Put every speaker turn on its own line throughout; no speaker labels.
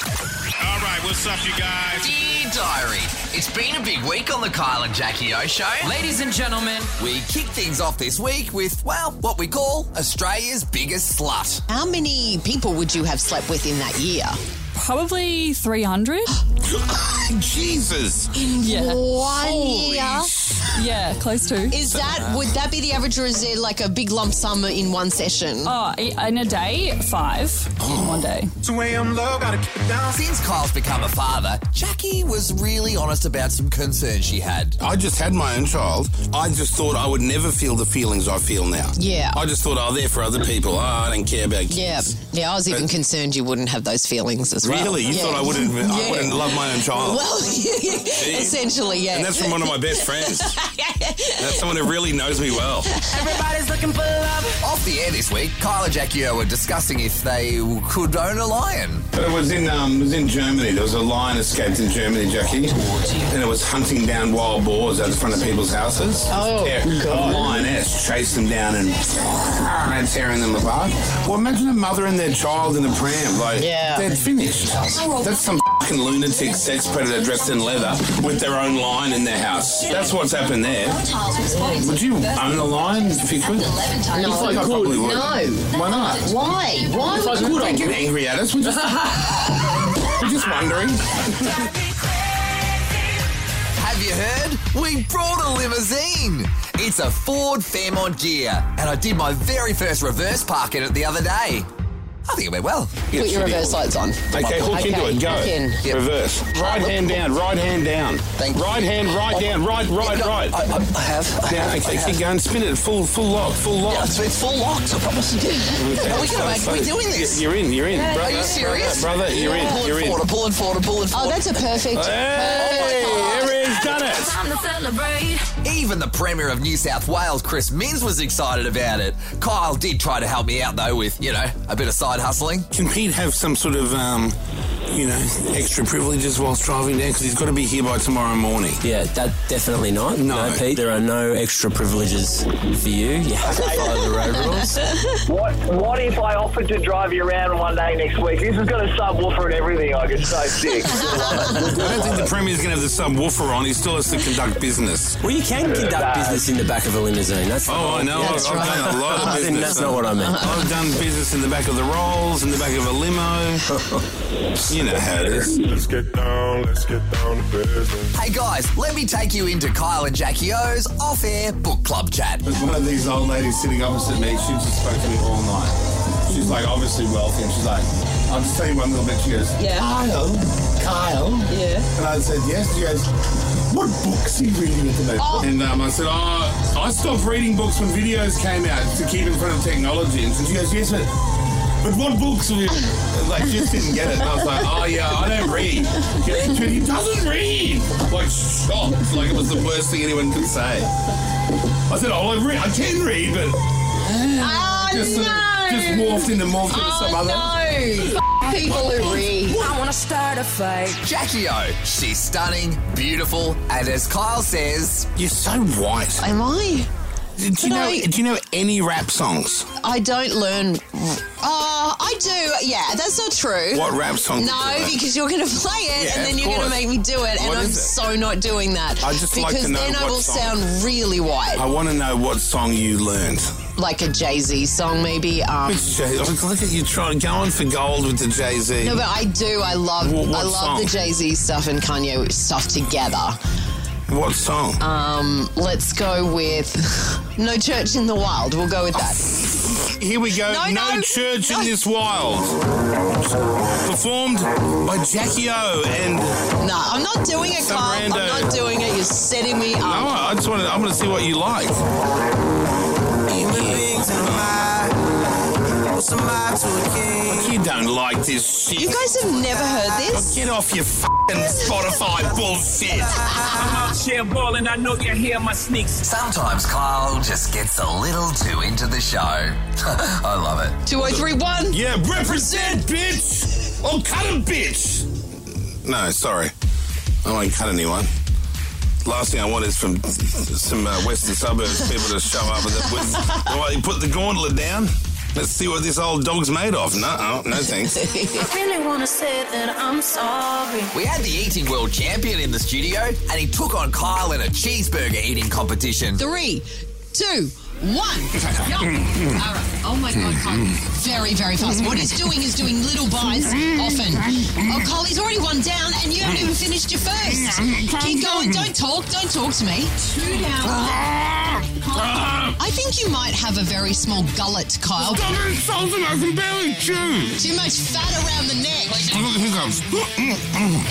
All right, what's up, you guys?
Dear Diary, it's been a big week on the Kyle and Jackie O show.
Ladies and gentlemen,
We kick things off this week with, well, what we call Australia's biggest slut.
How many people would you have slept with in that year?
probably 300.
Jesus.
Uh,
yeah.
One year.
Yeah, close to.
Is that would that be the average, or is it like a big lump sum in one session?
Oh, i- in a day, five in one day.
Since Kyle's become a father, Jackie was really honest about some concerns she had.
I just had my own child. I just thought I would never feel the feelings I feel now.
Yeah.
I just thought, oh, they're for other people. Oh, I don't care about kids.
Yeah, yeah. I was even concerned you wouldn't have those feelings as well.
Really? You
Yeah.
thought I wouldn't?
Yeah.
I wouldn't love my own child.
Well, essentially, yeah.
and that's from one of my best friends. that's someone who really knows me well.
Off the air this week, Kyle and Jackie O were discussing if they could own a lion.
But it was in um, it was in Germany. There was a lion escaped in Germany, Jackie, and it was hunting down wild boars out the front of people's houses.
Oh,
God. A lioness chased them down and, and tearing them apart. Well, imagine a mother and their child in a pram, like
Yeah.
they're finished. That's some fucking lunatic sex predator dressed in leather with their own lion in their house. That's what's happened there. Would you own a lion if you could?
No.
I think I probably would.
No.
Why not?
Why? Why?
Don't get angry at us. We're just, we're just wondering.
Have you heard? We brought a limousine. It's a Ford Fairmont Gear, and I did my very first reverse park in it the other day. I think it went well.
Put your reverse lights on.
Okay, hook
Okay,
into it. Go.
hook in.
Yep.
Reverse. Right hand down. Right hand down.
Thank you. Oh,
right hand. Right down. Right. Right.
No,
right.
I, I, I have. I
Now,
have, I
Oh, okay,
have.
keep going. Spin it. Full. Full lock. Full lock.
Yeah, it's, it's full locks, I promise.
Okay,
Are we,
so-
gonna make,
so-
are we doing this?
You're in. You're in. brother,
Are you serious? Oh,
Brother, you're in. You're
Pulling
in.
forward, pulling forward, pulling
Oh,
forward.
that's a perfect.
Hey,
Oh
Eric's done it.
Time to celebrate.
Even the Premier of New South Wales, Chris Minns, was excited about it. Kyle did try to help me out, though, with, you know, a bit of side hustling.
Can Pete have some sort of, um, you know, extra privileges whilst driving down? Because he's got to be here by tomorrow morning.
Yeah, that definitely not.
No.
Pete, there are no extra privileges for you. You have to follow the road rules.
What What if I offered to drive you around one day next week? This is going to subwoofer and everything. I get so sick.
I don't think the Premier's going to have the subwoofer on. He still has to conduct business.
Well, you can conduct business in the back of a limousine. That's
Oh, I know. I've, I've done a lot of
I
business.
think that's not what I meant.
I've done business in the back of the rolls, in the back of a limo. you know how it is.
Let's get down, let's get down to business.
Hey, guys, let me take you into Kyle and Jackie O's off air book club chat.
There's one of these old ladies sitting opposite me. She just spoke to me all night. She's like obviously wealthy, and she's like, "I'll just tell you one little bit." She goes,
Yeah.
Kyle, Kyle."
Yeah.
And I said, "Yes." She goes, "What books are you reading at the moment?" And um, I said, "Oh, I stopped reading books when videos came out to keep in front of technology." And so she goes, "Yes, but." But what books are you? Like, she just didn't get it. And I was like, oh, yeah, I don't read. She goes, "Dude, He doesn't read. Like, shocked. Like, it was the worst thing anyone could say. I said, oh, I, read, I can read, but
oh,
just, sort of- just morphed into morphed into some other.
no. People who read.
I want to start a fight.
Jackie O, she's stunning, beautiful, and as Kyle says,
You're so white.
Am I?
Do you
But
know?
I-
Do you know any rap songs?
I don't learn. Oh, I do. Yeah, that's not true.
What rap songs? do you
No,
know?
because you're going to play it
Yeah,
and then
of
you're going to
course.
make me do it, and
What
I'm
is it?
so not doing that.
I'd just like
because
to know
then I
what
will
song.
sound really white,
I want to know what song you learned.
like a Jay Z song, maybe. Um,
Which Jay? Look, look at you trying going for gold with the Jay Z.
no, but I do. I love.
Wh- what
I love
song?
the Jay Z stuff and Kanye stuff together.
what song?
Um, let's go with No Church in the Wild. We'll go with that.
Here we go.
No,
No,
no.
church
No.
in this wild. Performed by Jackie O and
No, I'm not doing it,
Some
Carl.
rando.
I'm not doing it. You're setting me up.
No, I just want to. I want to see what you like. You don't like this shit.
You guys have never heard this?
Get off your fucking Spotify bullshit.
sometimes Kyle just gets a little too into the show. I love it.
2031.
Yeah, represent, bitch. Or cut a bitch. No, sorry. I won't cut anyone. Last thing I want is from some uh, western suburbs people to show up and then with, well, you put the gauntlet down. Let's see what this old dog's made of. No, no thanks.
really wanna say that I'm sorry.
We had the eating world champion in the studio, and he took on Kyle in a cheeseburger eating competition.
Three, two, one. Yum. All right. Oh my God, Cole. Very, very fast. What he's doing is doing little bites often. Oh, Cole, he's already one down, and you haven't even finished your first. Keep going. Don't talk. Don't talk to me. Two down. I think you might have a very small gullet, Kyle.
Stop insulting! I can barely chew.
Too much fat around the neck.
Look at hiccups.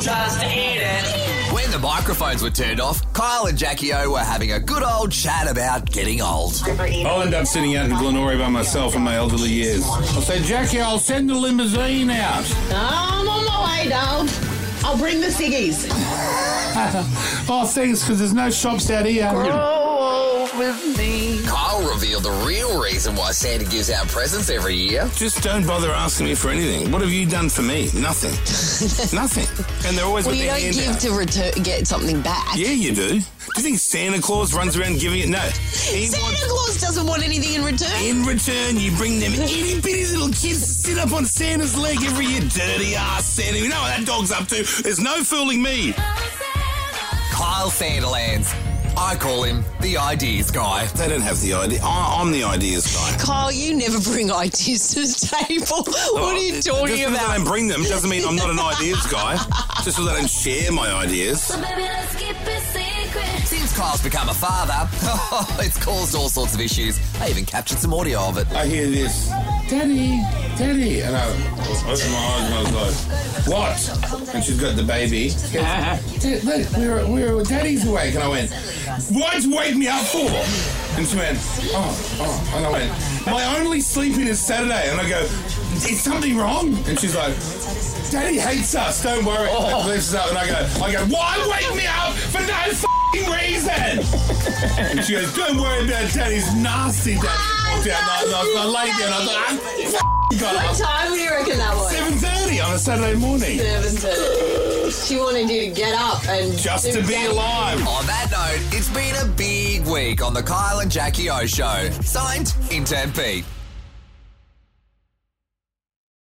Just eat it.
When the microphones were turned off, Kyle and Jackie O were having a good old chat about getting old.
I'll end up sitting out in Glenora by myself in my elderly years. I'll say, Jackie, I'll send the limousine out.
I'm on my way, dog. I'll bring the ciggies.
Oh, thanks, because there's no shops out here.
Kyle revealed the real reason why Santa gives out presents every year.
Just don't bother asking me for anything. What have you done for me? Nothing. Nothing. And they're always
Well,
with
you
their hand
don't give
out.
to return, get something back.
Yeah, you do. Do you think Santa Claus runs around giving it? No. He
Santa
wants-
Claus doesn't want anything in return.
in return, you bring them itty bitty little kids to sit up on Santa's leg every year. Dirty ass Santa. You know what that dog's up to. There's no fooling me.
Kyle Sanderlands. I call him the ideas guy.
They don't have the idea. I, I'm the ideas guy.
Kyle, you never bring ideas to the table. What are you talking
Just because I
about?
don't bring them doesn't mean I'm not an ideas guy. Just because I don't share my ideas.
Baby, let's keep it secret.
Since Kyle's become a father, it's caused all sorts of issues. I even captured some audio of it.
I hear this, Daddy, Daddy, and I open my eyes and I was like, What? And she's got the baby. She goes, Look, we're, we're Daddy's awake, and I went, Why'd you wake me up for? And she went, Oh, oh, and I went, My only sleeping is Saturday, and I go, Is something wrong? And she's like. Daddy hates us. Don't worry. And lifts us up, and I go, I go. Why wake me up for no f***ing reason? and she goes, Don't worry about Daddy's nasty. Daddy walked out last night. I laid down. I thought, I f***ing got up.
time do you reckon that was?
Seven thirty on a Saturday morning,
She wanted you to get up and
just to be alive.
On that note, it's been a big week on the Kyle and Jackie O show. Signed, Intern Pete.